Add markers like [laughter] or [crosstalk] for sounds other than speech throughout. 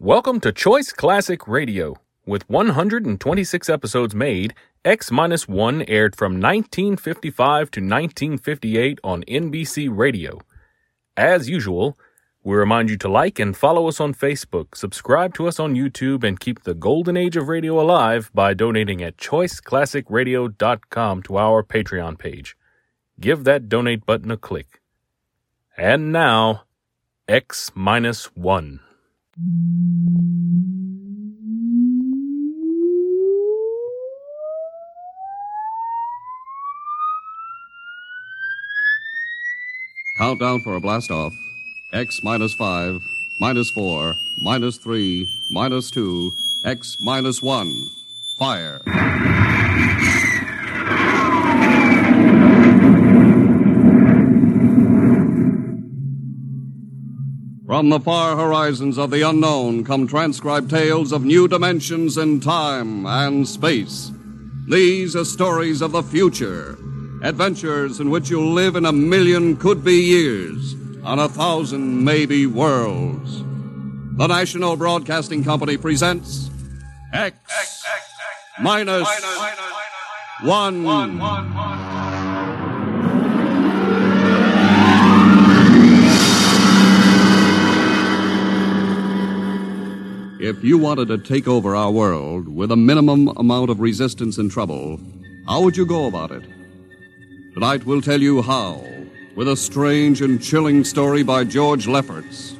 Welcome to Choice Classic Radio. With 126 episodes made, X 1 aired from 1955 to 1958 on NBC Radio. As usual, we remind you to like and follow us on Facebook, subscribe to us on YouTube, and keep the golden age of radio alive by donating at choiceclassicradio.com to our Patreon page. Give that donate button a click. And now, X 1. Countdown for a blast off. X minus five, minus four, minus three, minus two, X minus one. Fire. From the far horizons of the unknown come transcribed tales of new dimensions in time and space. These are stories of the future, adventures in which you'll live in a million could be years on a thousand maybe worlds. The National Broadcasting Company presents X, minus one. If you wanted to take over our world with a minimum amount of resistance and trouble, how would you go about it? Tonight we'll tell you how, with a strange and chilling story by George Lefferts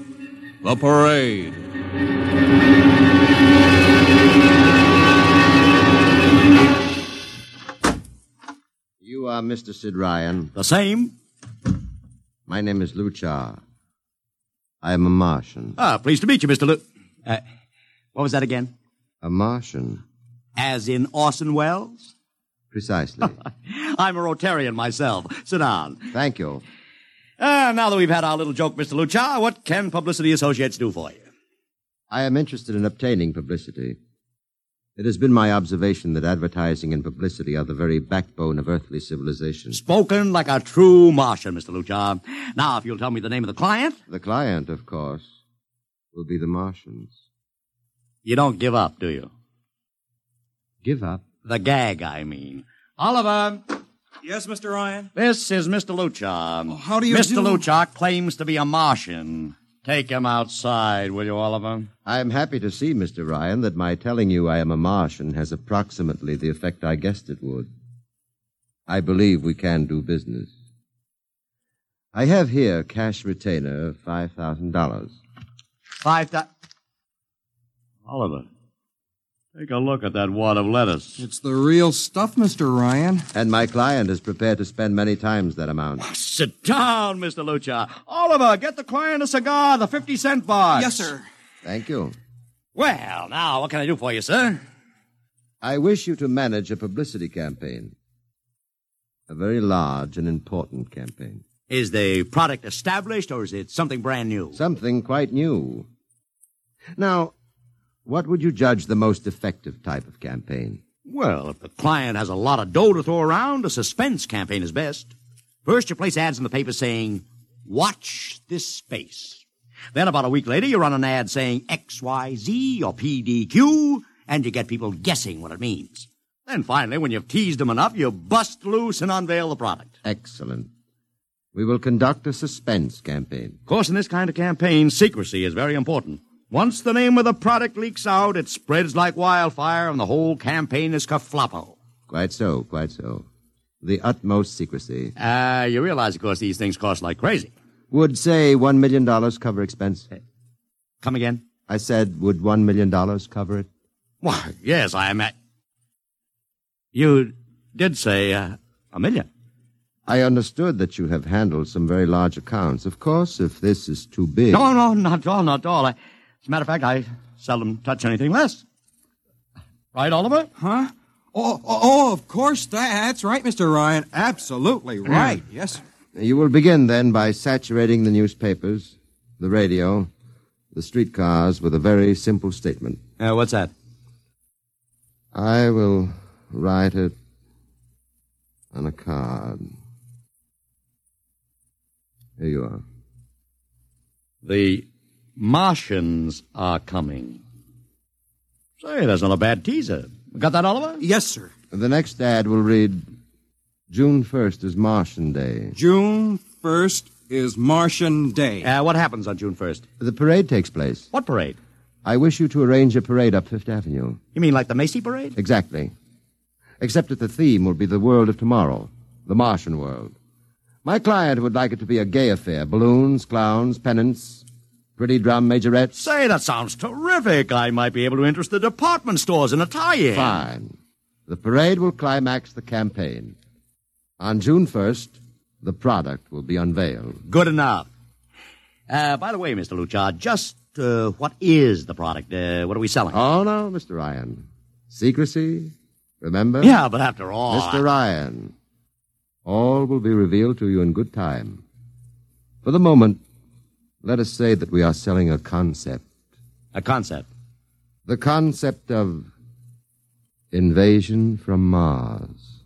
The Parade. You are Mr. Sid Ryan. The same? My name is Luchar. I am a Martian. Ah, pleased to meet you, Mr. Lu. Uh, what was that again? A Martian? As in Orson Welles? [laughs] Precisely. I'm a Rotarian myself. Sit down. Thank you. Ah, now that we've had our little joke, Mr. Luchar, what can Publicity Associates do for you? I am interested in obtaining publicity. It has been my observation that advertising and publicity are the very backbone of earthly civilization. Spoken like a true Martian, Mr. Luchar. Now, if you'll tell me the name of the client, The client, of course, will be the Martians. you don't give up, do you? Give up. The gag, I mean. Oliver, Yes, Mr. Ryan. Oh, this is Mr. Luchar. how do you Mr. do- Luchar claims to be a Martian. Take him outside, will you, Oliver? I am happy to see, Mr. Ryan, that my telling you I am a Martian has approximately the effect I guessed it would. I believe we can do business. I have here cash retainer of $5,000. Five di- Oliver, take a look at that wad of lettuce. It's the real stuff, Mr. Ryan. And my client is prepared to spend many times that amount. Sit down, Mr. Lucha. Oliver, get the client a cigar, the 50 cent box. Yes, sir. Thank you. Well, now, what can I do for you, sir? I wish you to manage a publicity campaign. A very large and important campaign. Is the product established or is it something brand new? Something quite new. Now, what would you judge the most effective type of campaign? Well, if the client has a lot of dough to throw around, a suspense campaign is best. First, you place ads in the paper saying, watch this space. Then about a week later, you run an ad saying XYZ or PDQ, and you get people guessing what it means. Then finally, when you've teased them enough, you bust loose and unveil the product. Excellent. We will conduct a suspense campaign. Of course, in this kind of campaign, secrecy is very important. Once the name of the product leaks out, it spreads like wildfire, and the whole campaign is kerfloppo. Quite so, quite so. The utmost secrecy. Uh, you realize, of course, these things cost like crazy. Would, say, $1 million cover expense? Come again? I said, would $1 million cover it? Why, yes, I am at. You did say uh, a million. I understood that you have handled some very large accounts. Of course, if this is too big. No, no, not at all, not at all. I, as a matter of fact, I seldom touch anything less. Right, Oliver? Huh? Oh, oh, oh, of course. That, that's right, Mr. Ryan. Absolutely right. Yes. sir. You will begin then by saturating the newspapers, the radio, the streetcars with a very simple statement. Uh, what's that? I will write it on a card. Here you are. The Martians are coming. Say, that's not a bad teaser. Got that, Oliver? Yes, sir. The next ad will read June 1st is Martian Day. June 1st is Martian Day. Uh, what happens on June 1st? The parade takes place. What parade? I wish you to arrange a parade up Fifth Avenue. You mean like the Macy parade? Exactly. Except that the theme will be the world of tomorrow, the Martian world. My client would like it to be a gay affair balloons, clowns, pennants, pretty drum majorettes. Say, that sounds terrific. I might be able to interest the department stores in a tie-in. Fine. The parade will climax the campaign. On June 1st, the product will be unveiled. Good enough. Uh, by the way, Mr. Luchard, just uh, what is the product? Uh, what are we selling? Oh, no, Mr. Ryan. Secrecy, remember? yeah, but after all, Mr. Ryan, all will be revealed to you in good time. For the moment, let us say that we are selling a concept. a concept. The concept of invasion from Mars.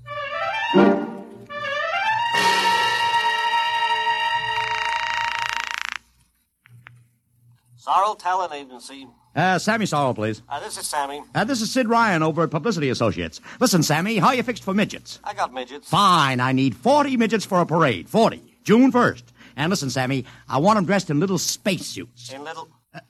Sorrel Talent Agency. Uh, Sammy Sorrell, please. Uh, this is Sammy. Uh, this is Sid Ryan over at Publicity Associates. Listen, Sammy, how you fixed for midgets? I got midgets. Fine, I need 40 midgets for a parade. 40. June 1st. And listen, Sammy, I want them dressed in little spacesuits. In little.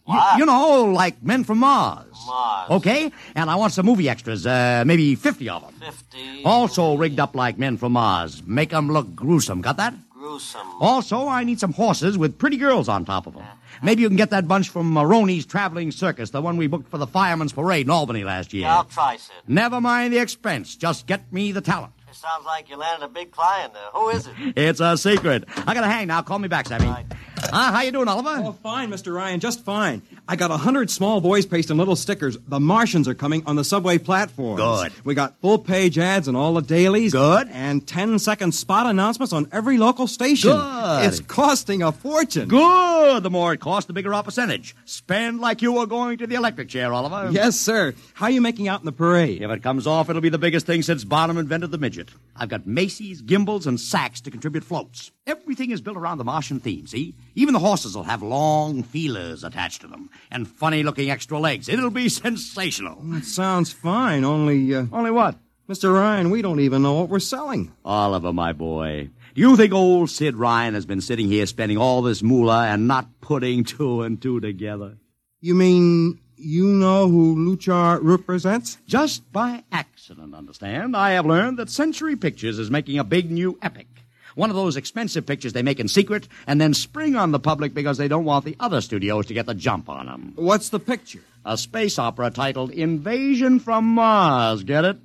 You, you know, like men from Mars. Mars. Okay? And I want some movie extras, uh, maybe 50 of them. 50. Also rigged up like men from Mars. Make 'em look gruesome. Got that? Gruesome. Also, I need some horses with pretty girls on top of 'em. Maybe you can get that bunch from Maroney's Traveling Circus, the one we booked for the Fireman's Parade in Albany last year. I'll try, Sid. Never mind the expense. Just get me the talent. It sounds like you landed a big client there. Who is it? It's a secret. I gotta hang now. Call me back, Sammy. Right. Ah, how you doing, Oliver? Oh, fine, Mr. Ryan, just fine. I got a hundred small boys pasting little stickers. The Martians are coming on the subway platforms. Good. We got full page ads in all the dailies. Good. And 10 second spot announcements on every local station. Good. It's costing a fortune. Good. The more it costs, the bigger our percentage. Spend like you were going to the electric chair, Oliver. Yes, sir. How you making out in the parade? If it comes off, it'll be the biggest thing since Bonham invented the midget. I've got Macy's, Gimbals, and Saks to contribute floats. Everything is built around the Martian theme, see? Even the horses will have long feelers attached to them and funny looking extra legs. It'll be [laughs] sensational. That sounds fine, only, uh, Only what? Mr. Ryan, we don't even know what we're selling. Oliver, my boy. Do you think old Sid Ryan has been sitting here spending all this moolah and not putting two and two together? You mean you know who Luchar represents? Just by accident, understand? I have learned that Century Pictures is making a big new epic. One of those expensive pictures they make in secret and then spring on the public because they don't want the other studios to get the jump on them. What's the picture? A space opera titled Invasion from Mars, get it?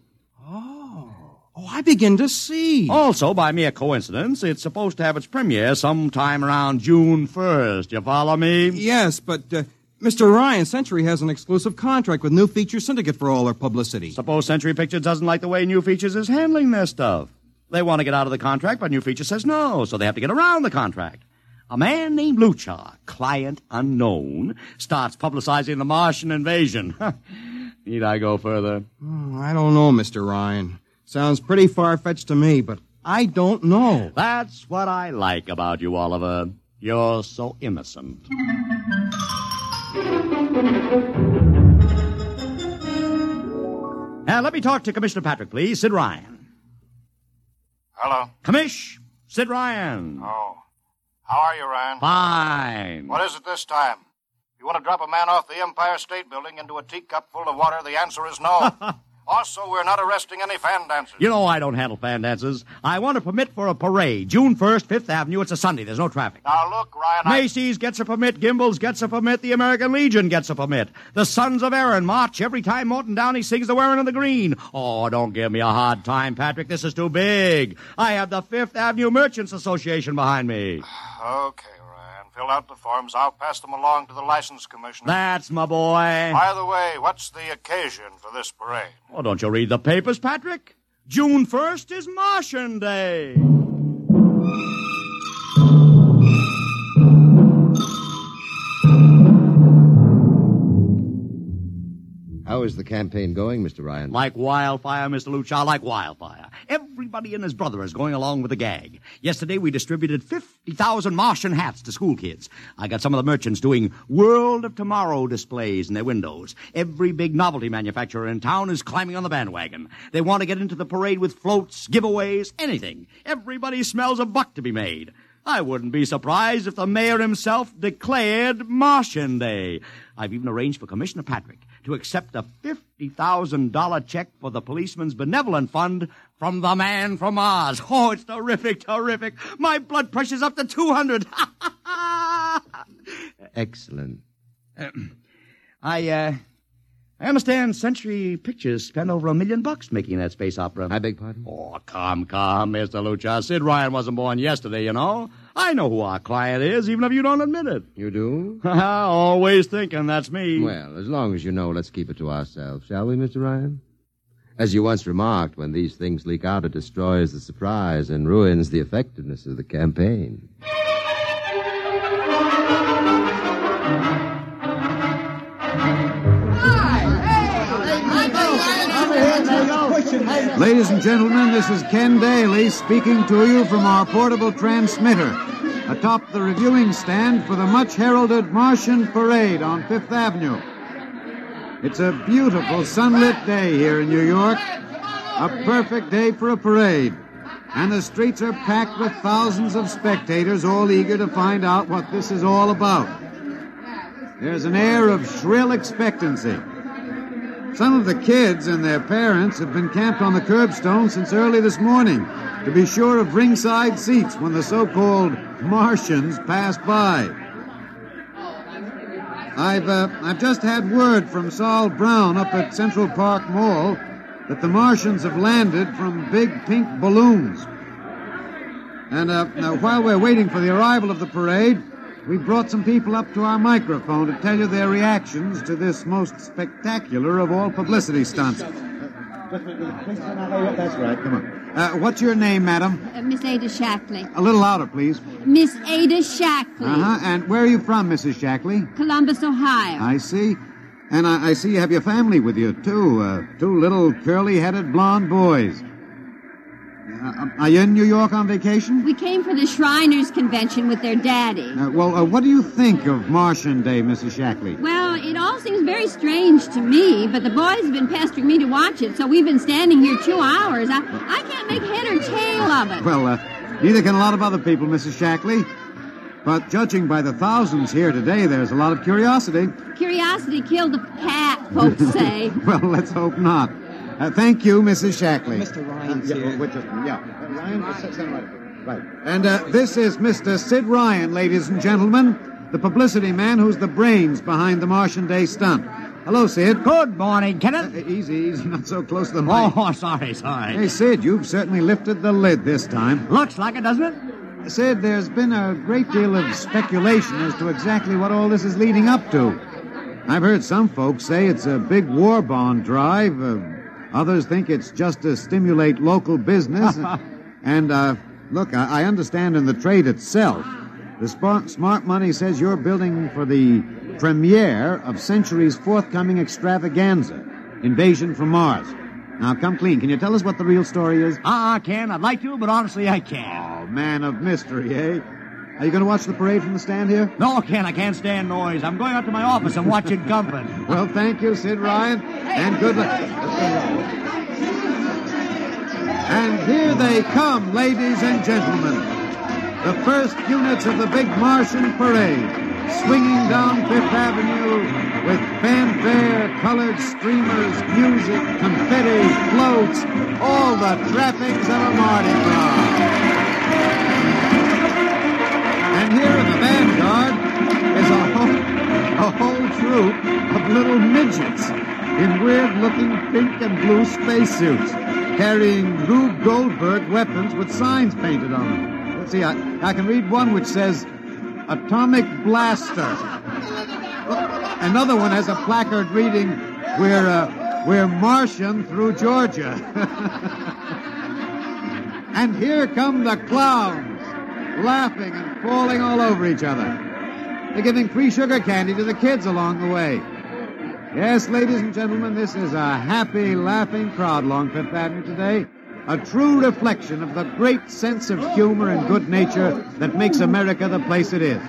Oh, I begin to see. Also, by mere coincidence, it's supposed to have its premiere sometime around June 1st. You follow me? Yes, but uh, Mr. Ryan Century has an exclusive contract with New Feature Syndicate for all our publicity. Suppose Century Pictures doesn't like the way New Features is handling their stuff. They want to get out of the contract, but New Features says no, so they have to get around the contract. A man named Luchar, client unknown, starts publicizing the Martian invasion. [laughs] Need I go further? Oh, I don't know, Mr. Ryan. Sounds pretty far fetched to me, but I don't know. That's what I like about you, Oliver. You're so innocent. Now, let me talk to Commissioner Patrick, please. Sid Ryan. Hello. Commish, Sid Ryan. Oh. How are you, Ryan? Fine. What is it this time? You want to drop a man off the Empire State Building into a teacup full of water? The answer [laughs] is no. also, we're not arresting any fan dancers. You know I don't handle fan dances. I want a permit for a parade. June 1st, 5th Avenue. It's a Sunday. There's no traffic. Now, look, Ryan, I... Macy's gets a permit. Gimbals gets a permit. The American Legion gets a permit. The Sons of Erin march every time Morton Downey sings The Wearing of the Green. Oh, don't give me a hard time, Patrick. This is too big. I have the Fifth Avenue Merchants Association behind me. Okay, Ryan. Fill out the forms. I'll pass them along to the license commissioner. That's my boy. By the way, what's the occasion for this parade? Oh, don't you read the papers, Patrick? June 1st is Martian Day. How is the campaign going, Mr. Ryan? Like wildfire, Mr. Luchar, like wildfire. Everybody and his brother is going along with the gag. Yesterday we distributed 50,000 Martian hats to school kids. I got some of the merchants doing World of Tomorrow displays in their windows. Every big novelty manufacturer in town is climbing on the bandwagon. They want to get into the parade with floats, giveaways, anything. Everybody smells a buck to be made. I wouldn't be surprised if the mayor himself declared Martian Day. I've even arranged for Commissioner Patrick to accept a $50,000 check for the Policeman's Benevolent Fund from the man from Oz. Oh, it's terrific, terrific. My blood pressure's up to 200. Excellent. [laughs] I, uh, I understand Century Pictures spent over a million bucks making that space opera. I beg pardon? Oh, come, come, Mr. Lucha. Sid Ryan wasn't born yesterday, you know. I know who our client is, even if you don't admit it. [laughs] You do? Always thinking that's me. Well, as long as you know, let's keep it to ourselves, shall we, Mr. Ryan? As you once remarked, when these things leak out, it destroys the surprise and ruins the effectiveness of the campaign. Ladies and gentlemen, this is Ken Daly speaking to you from our portable transmitter atop the reviewing stand for the much heralded Martian Parade on Fifth Avenue. It's a beautiful sunlit day here in New York, a perfect day for a parade, and the streets are packed with thousands of spectators all eager to find out what this is all about. There's an air of shrill expectancy. Some of the kids and their parents have been camped on the curbstone since early this morning to be sure of ringside seats when the so called Martians pass by. I've, uh, I've just had word from Saul Brown up at Central Park Mall that the Martians have landed from big pink balloons. And uh, now, while we're waiting for the arrival of the parade, we brought some people up to our microphone to tell you their reactions to this most spectacular of all publicity stunts. That's right. Come on. Uh, what's your name, madam? Uh, Miss Ada Shackley. A little louder, please. Miss Ada Shackley. Uh huh. And where are you from, Mrs. Shackley? Columbus, Ohio. I see. And I, I see you have your family with you, too. Uh, two little curly headed blonde boys. Uh, are you in New York on vacation? We came for the Shriners Convention with their daddy. Uh, well, uh, what do you think of Martian Day, Mrs. Shackley? Well, it all seems very strange to me, but the boys have been pestering me to watch it, so we've been standing here two hours. I, I can't make head or tail of it. Well, uh, neither can a lot of other people, Mrs. Shackley. But judging by the thousands here today, there's a lot of curiosity. Curiosity killed the cat, folks say. [laughs] Well, let's hope not. Uh, thank you, Mrs. Shackley. Uh, Mr. Ryan's yeah, here. which is- yeah. Ryan, just send right over. Right. And uh, this is Mr. Sid Ryan, ladies and gentlemen, the publicity man who's the brains behind the Martian Day stunt. Hello, Sid. Good morning, Uh, Kenneth. easy, easy. Not so close to the mic. Oh, sorry, sorry. Hey, Sid, you've certainly lifted the lid this time. Looks like it, doesn't it? Sid, there's been a great deal of speculation as to exactly what all this is leading up to. I've heard some folks say it's a big war bond drive. Uh, others think it's just to stimulate local business. and uh, look, I, I understand in the trade itself, the spa- smart money says you're building for the premiere of Century's forthcoming extravaganza, Invasion from Mars. Now, come clean. Can you tell us what the real story is? Ah, uh, Ken, I'd like to, but honestly, I can't. Oh, man of mystery, eh? Are you going to watch the parade from the stand here? No, Ken, I can't stand noise. I'm going out to my office and watching comfort. Well, thank you, Sid Ryan, and good luck. And here they come, ladies and gentlemen. The first units of the big Martian parade, swinging down Fifth Avenue with fanfare, colored streamers, music, confetti, floats, all the trappings of a Mardi Gras. And here in the vanguard is a whole, a whole troop of little midgets in weird-looking pink and blue spacesuits, carrying Rube Goldberg weapons with signs painted on them. Let's see, I, I can read one which says "Atomic Blaster." Another one has a placard reading "We're uh, we're Martian through Georgia." [laughs] And here come the clowns, laughing and falling all over each other. They're giving free sugar candy to the kids along the way. Yes, ladies and gentlemen, this is a happy, laughing crowd along Fifth Avenue today. A true reflection of the great sense of humor and good nature that makes America the place it is.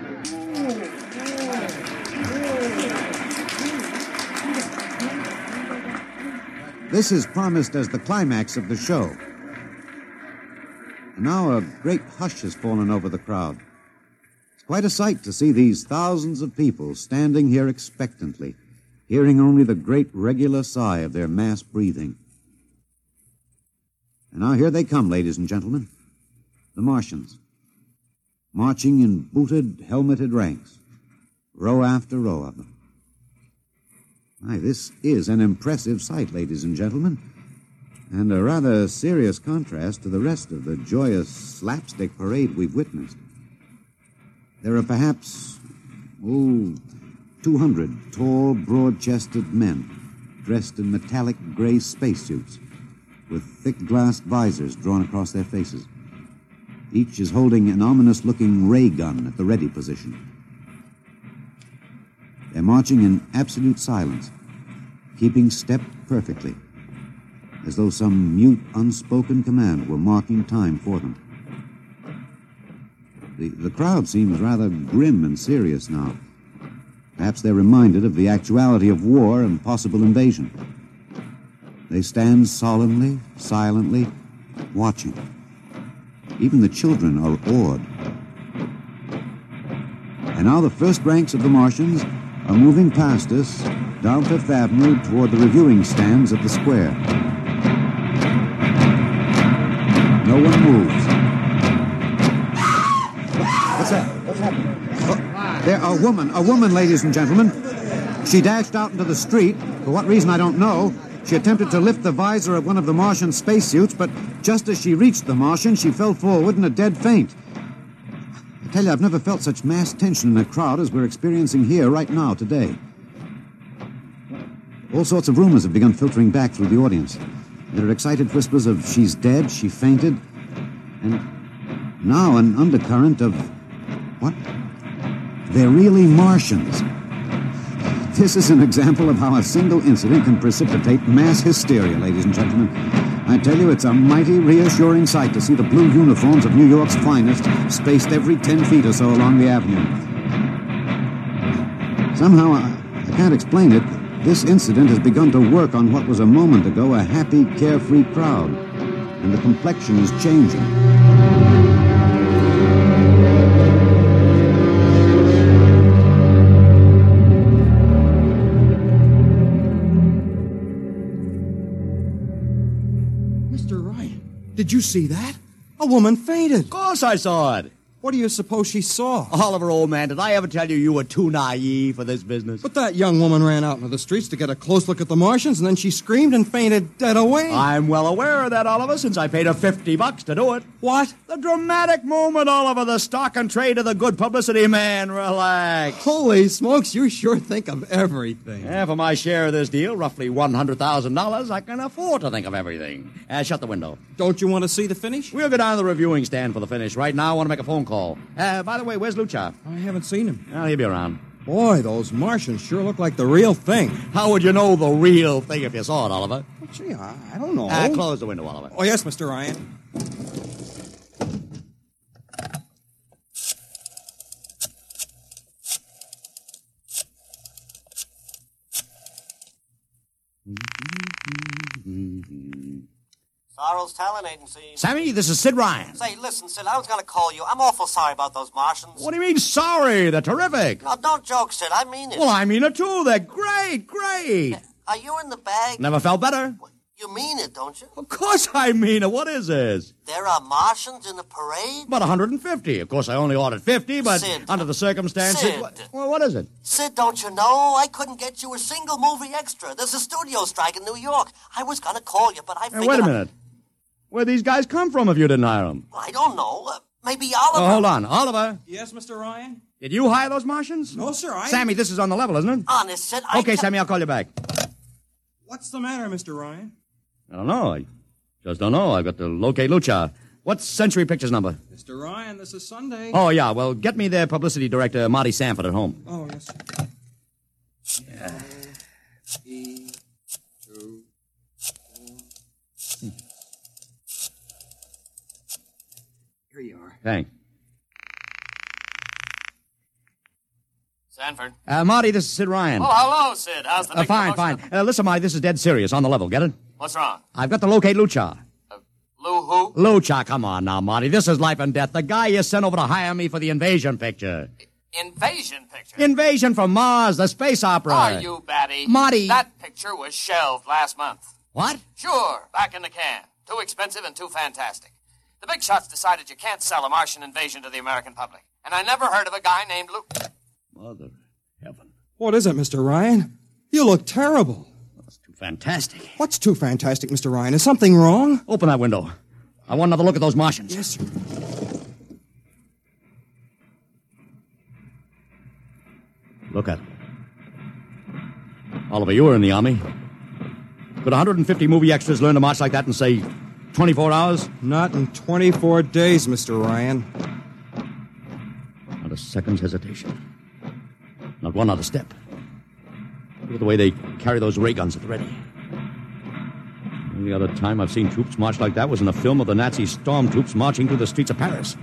This is promised as the climax of the show. And now a great hush has fallen over the crowd. It's quite a sight to see these thousands of people standing here expectantly, hearing only the great regular sigh of their mass breathing. And now here they come, ladies and gentlemen. The Martians. Marching in booted, helmeted ranks, row after row of them. Why, this is an impressive sight, ladies and gentlemen, and a rather serious contrast to the rest of the joyous slapstick parade we've witnessed. There are perhaps, oh, 200 tall, broad chested men dressed in metallic gray spacesuits with thick glass visors drawn across their faces. Each is holding an ominous looking ray gun at the ready position. They're marching in absolute silence, keeping step perfectly, as though some mute, unspoken command were marking time for them. The, the crowd seems rather grim and serious now. Perhaps they're reminded of the actuality of war and possible invasion. They stand solemnly, silently, watching. Even the children are awed. And now the first ranks of the Martians are moving past us down Fifth Avenue toward the reviewing stands at the square. No one moves. What's that? What's happening? Oh, there, a woman, a woman, ladies and gentlemen. She dashed out into the street. For what reason, I don't know. She attempted to lift the visor of one of the Martian spacesuits, but just as she reached the Martian, she fell forward in a dead faint. I tell you, I've never felt such mass tension in a crowd as we're experiencing here right now today. All sorts of rumors have begun filtering back through the audience. There are excited whispers of she's dead, she fainted, and now an undercurrent of what? They're really Martians. This is an example of how a single incident can precipitate mass hysteria, ladies and gentlemen. I tell you, it's a mighty reassuring sight to see the blue uniforms of New York's finest spaced every 10 feet or so along the avenue. Somehow, I, I can't explain it. This incident has begun to work on what was a moment ago a happy, carefree crowd, and the complexion is changing. Mr. Ryan, did you see that? A woman fainted. Of course I saw it. What do you suppose she saw? Oliver, old man, did I ever tell you you were too naive for this business? But that young woman ran out into the streets to get a close look at the Martians, and then she screamed and fainted dead away. I'm well aware of that, Oliver, since I paid her 50 bucks to do it. What? The dramatic moment, Oliver, the stock and trade of the good publicity man. Relax. Holy smokes, you sure think of everything. Yeah, for my share of this deal, roughly $100,000, I can afford to think of everything. Uh, shut the window. Don't you want to see the finish? We'll go down to the reviewing stand for the finish. Right now, I want to make a phone call. Uh, by the way, where's Lucha? I haven't seen him. Oh, he'll be around. Boy, those Martians sure look like the real thing. How would you know the real thing if you saw it, Oliver? Gee, I, I don't know. Uh, close the window, Oliver. Oh, yes, Mr. Ryan. Sorrow's Talent Agency. Sammy, this is Sid Ryan. Say, listen, Sid, I was going to call you. I'm awful sorry about those Martians. What do you mean, sorry? They're terrific. No, don't joke, Sid. I mean it. Well, I mean it too. They're great, great. Are you in the bag? Never felt better. You mean it, don't you? Of course I mean it. What is this? There are Martians in the parade? About 150. Of course, I only ordered 50, but Sid. under the circumstances. Sid. What, well, what is it? Sid, don't you know? I couldn't get you a single movie extra. There's a studio strike in New York. I was going to call you, but I Hey, figured... wait a I- minute. Where'd these guys come from if you didn't hire them? I don't know. Uh, maybe Oliver... Oh, hold on. Oliver, Yes, Mr. Ryan? did you hire those Martians? No, sir, I- Sammy, this is on the level, isn't it? Honest, Sid, I... okay, ca- Sammy, I'll call you back. What's the matter, Mr. Ryan? I don't know. I just don't know. I've got to locate Lucha. What's Century Pictures number? Mr. Ryan, this is Sunday. Oh, yeah. Well, get me their publicity director, Marty Sanford, at home. Oh, yes. sir. Thanks. Sanford. Uh, Marty, this is Sid Ryan. Oh, hello, Sid. How's the Uh, big fine, commotion? fine. Uh, listen, Marty, this is dead serious. On the level, get it? What's wrong? Uh, I've got to locate Lucha. Lou who? Lucha, come on now, Marty. This is life and death. The guy you sent over to hire me for the invasion picture. Invasion picture. Invasion from Mars, the space opera. Are you batty? Marty. That picture was shelved last month. What? Sure, back in the can. Too expensive and too fantastic. The big shots decided you can't sell a Martian invasion to the American public. And I never heard of a guy named Lou. Mother of heaven. What is it, Mr. Ryan? You look terrible. That's too fantastic. What's too fantastic, Mr. Ryan? Is something wrong? Open that window. I want another look at those Martians. Yes, sir. Look at them. Oliver, you were in the army. Could 150 movie extras learn to march like that in, say, 24 hours? Not in 24 days, Mr. Ryan. Not a second's hesitation. Not one other step. Look at the way they carry those ray guns at the ready. The only other time I've seen troops march like that was in a film of the Nazi storm troops marching through the streets of Paris.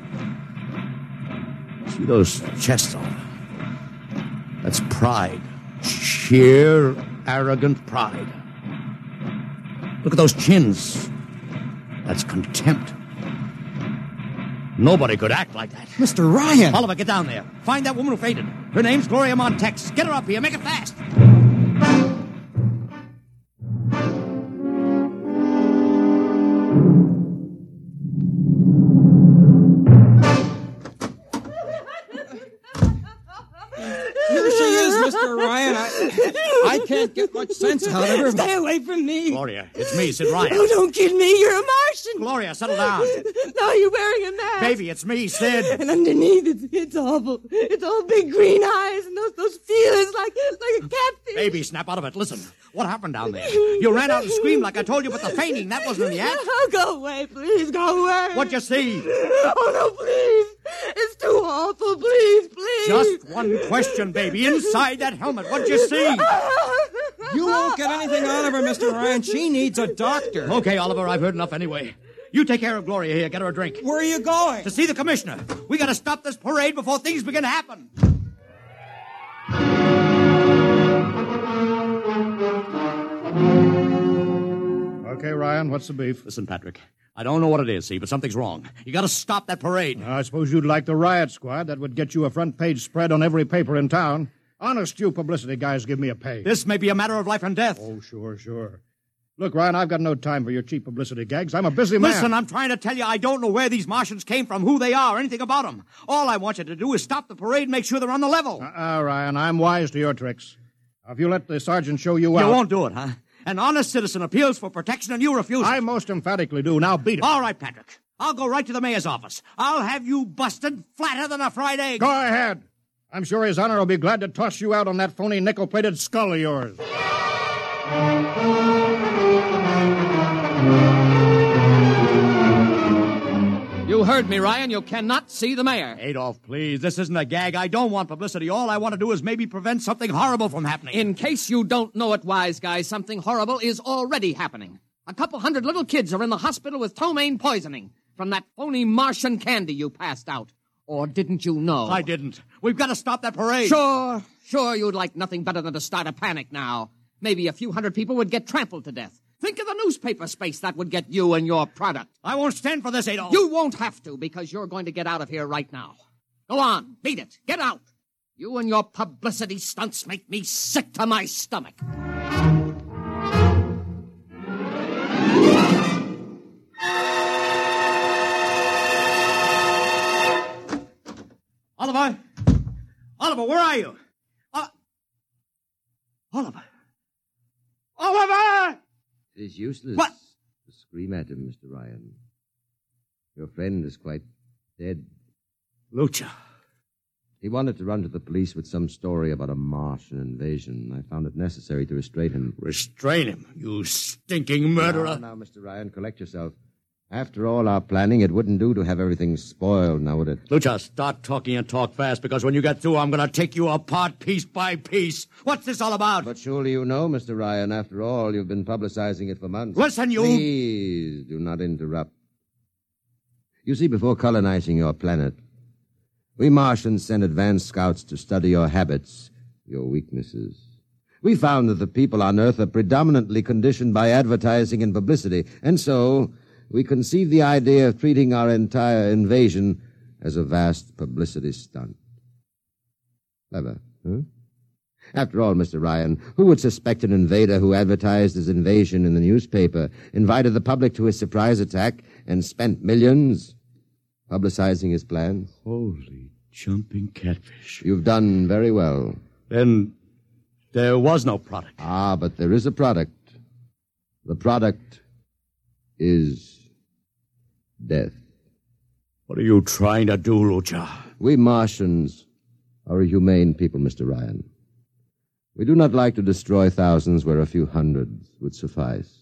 See those chests on. That's pride. Sheer, arrogant pride. Look at those chins. That's contempt. Nobody could act like that. Mr. Ryan! Oliver, get down there. Find that woman who fainted. Her name's Gloria Montex. Get her up here. Make it fast. Here she is, Mr. Ryan. I, I can't get much sense out of [laughs] her. Stay away from me. Gloria, it's me, Sid Ryan. Oh, don't kill me. You're a Martian. [laughs] Gloria, settle down. Now you're wearing a mask. Baby, it's me, Sid. And underneath, it's, it's awful. It's all big green eyes and those those feelers like like a catfish. Baby, snap out of it. Listen, what happened down there? You ran out and screamed like I told you, but the fainting, that wasn't in the act. Oh, go away, please, go away. What'd you see? Oh, no, please. It's too awful. Please, please. Just one question, baby. Inside that helmet, what'd you see? You won't get anything out of her, Mr. Ryan. She needs a doctor. Okay, Oliver, I've heard enough anyway. You take care of Gloria here. Get her a drink. Where are you going? To see the commissioner. We gotta stop this parade before things begin to happen. Okay, Ryan, what's the beef? Listen, Patrick. I don't know what it is, see, but something's wrong. You gotta stop that parade. I suppose you'd like the riot squad. That would get you a front page spread on every paper in town. Honest, you publicity guys give me a pay. This may be a matter of life and death. Oh, sure, sure. Look, Ryan, I've got no time for your cheap publicity gags. I'm a busy man. Listen, I'm trying to tell you, I don't know where these Martians came from, who they are, or anything about them. All I want you to do is stop the parade and make sure they're on the level. Uh-uh, Ryan, I'm wise to your tricks. If you let the sergeant show you out... you won't do it, huh? An honest citizen appeals for protection and you refuse. it. I most emphatically do. Now beat it. All right, Patrick. I'll go right to the mayor's office. I'll have you busted flatter than a fried egg. Go ahead. I'm sure his honor will be glad to toss you out on that phony nickel-plated skull of yours. You heard me, Ryan. You cannot see the mayor. Adolf, please. This isn't a gag. I don't want publicity. All I want to do is maybe prevent something horrible from happening. In case you don't know it, wise guy, something horrible is already happening. A couple hundred little kids are in the hospital with ptomaine poisoning from that phony Martian candy you passed out. Or didn't you know? I didn't. We've got to stop that parade. Sure, sure, you'd like nothing better than to start a panic now. Maybe a few hundred people would get trampled to death. Think of the newspaper space that would get you and your product. I won't stand for this, Adolf. You won't have to because you're going to get out of here right now. Go on, beat it. Get out. You and your publicity stunts make me sick to my stomach. Oliver! Oliver, where are you? Uh, Oliver! Oliver! It is useless What? to scream at him, Mr. Ryan. Your friend is quite dead. Lucha. He wanted to run to the police with some story about a Martian invasion. I found it necessary to restrain him. Restrain him, you stinking murderer. Now, now, Mr. Ryan, collect yourself. After all our planning, it wouldn't do to have everything spoiled, now would it? Lucha, start talking and talk fast because when you get through, I'm going to take you apart piece by piece. What's this all about? But surely you know, Mr. Ryan, after all, you've been publicizing it for months. Listen, you. Please do not interrupt. You see, before colonizing your planet, we Martians sent advanced scouts to study your habits, your weaknesses. We found that the people on Earth are predominantly conditioned by advertising and publicity, and so we conceived the idea of treating our entire invasion as a vast publicity stunt. Clever, huh? After all, Mr. Ryan, who would suspect an invader who advertised his invasion in the newspaper, invited the public to his surprise attack, and spent millions publicizing his plans? Holy jumping catfish. You've done very well. Then there was no product. Ah, but there is a product. The product is death. What are you trying to do, Lucha? We Martians are a humane people, Mr. Ryan. We do not like to destroy thousands where a few hundreds would suffice.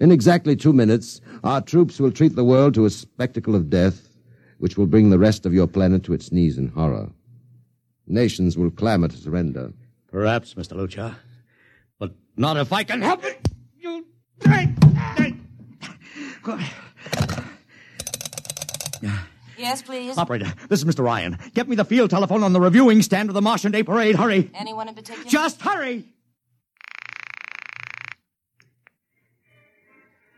In exactly two minutes, our troops will treat the world to a spectacle of death, which will bring the rest of your planet to its knees in horror. Nations will clamor to surrender. Perhaps, Mr. Lucha. But not if I can help it. You. Yes, please. Operator, this is Mr. Ryan. Get me the field telephone on the reviewing stand of the Martian Day Parade. Hurry. Anyone in particular? Just hurry.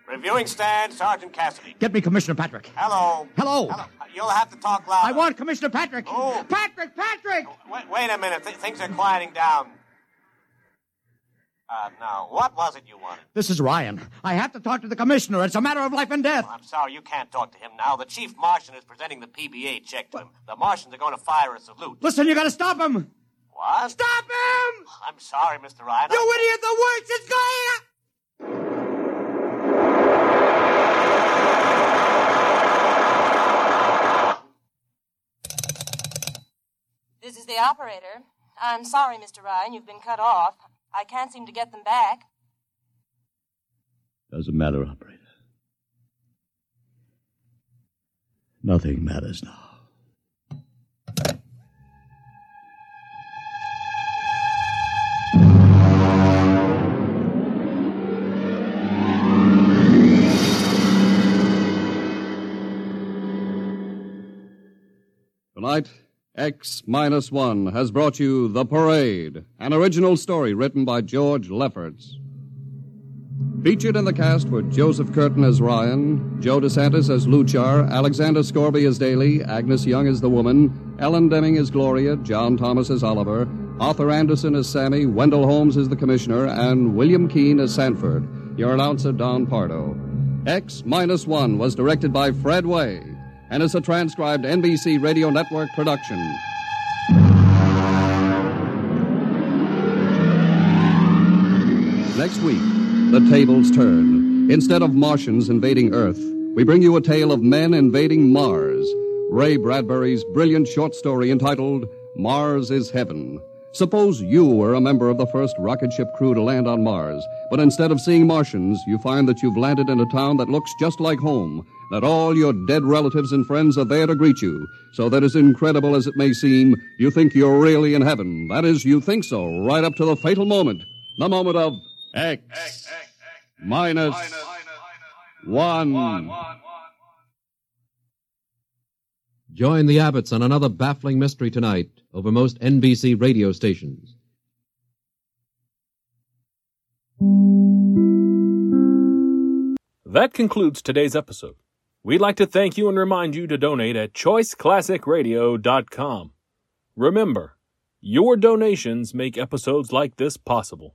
Reviewing stand, Sergeant Cassidy. Get me Commissioner Patrick. Hello. Hello. Hello. You'll have to talk louder. I want Commissioner Patrick. Oh. Patrick, Patrick! Wait, wait a minute. Th- things are quieting down. Uh, now, what was it you wanted? This is Ryan. I have to talk to the commissioner. It's a matter of life and death. I'm sorry, you can't talk to him now. The chief Martian is presenting the PBA check to him. The Martians are going to fire a salute. Listen, you gotta stop him. What? Stop him! I'm sorry, Mr. Ryan. You idiot, the worst is going up! This is the operator. I'm sorry, Mr. Ryan, you've been cut off. I can't seem to get them back. Doesn't matter, operator. Nothing matters now. Tonight, X Minus One has brought you The Parade, an original story written by George Lefferts. Featured in the cast were Joseph Curtin as Ryan, Joe DeSantis as Luchar, Alexander Scorby as Daly, Agnes Young as the woman, Ellen Deming as Gloria, John Thomas as Oliver, Arthur Anderson as Sammy, Wendell Holmes as the commissioner, and William Keene as Sanford. Your announcer, Don Pardo. X Minus One was directed by Fred Way and is a transcribed NBC Radio Network production. Next week, the tables turn. Instead of Martians invading Earth, we bring you a tale of men invading Mars. Ray Bradbury's brilliant short story entitled Mars is Heaven. Suppose you were a member of the first rocket ship crew to land on Mars, but instead of seeing Martians, you find that you've landed in a town that looks just like home, that all your dead relatives and friends are there to greet you. So that as incredible as it may seem, you think you're really in heaven. That is, you think so, right up to the fatal moment. The moment of X, minus one. Join the Abbotts on another baffling mystery tonight over most NBC radio stations. That concludes today's episode. We'd like to thank you and remind you to donate at choiceclassicradio.com. Remember, your donations make episodes like this possible.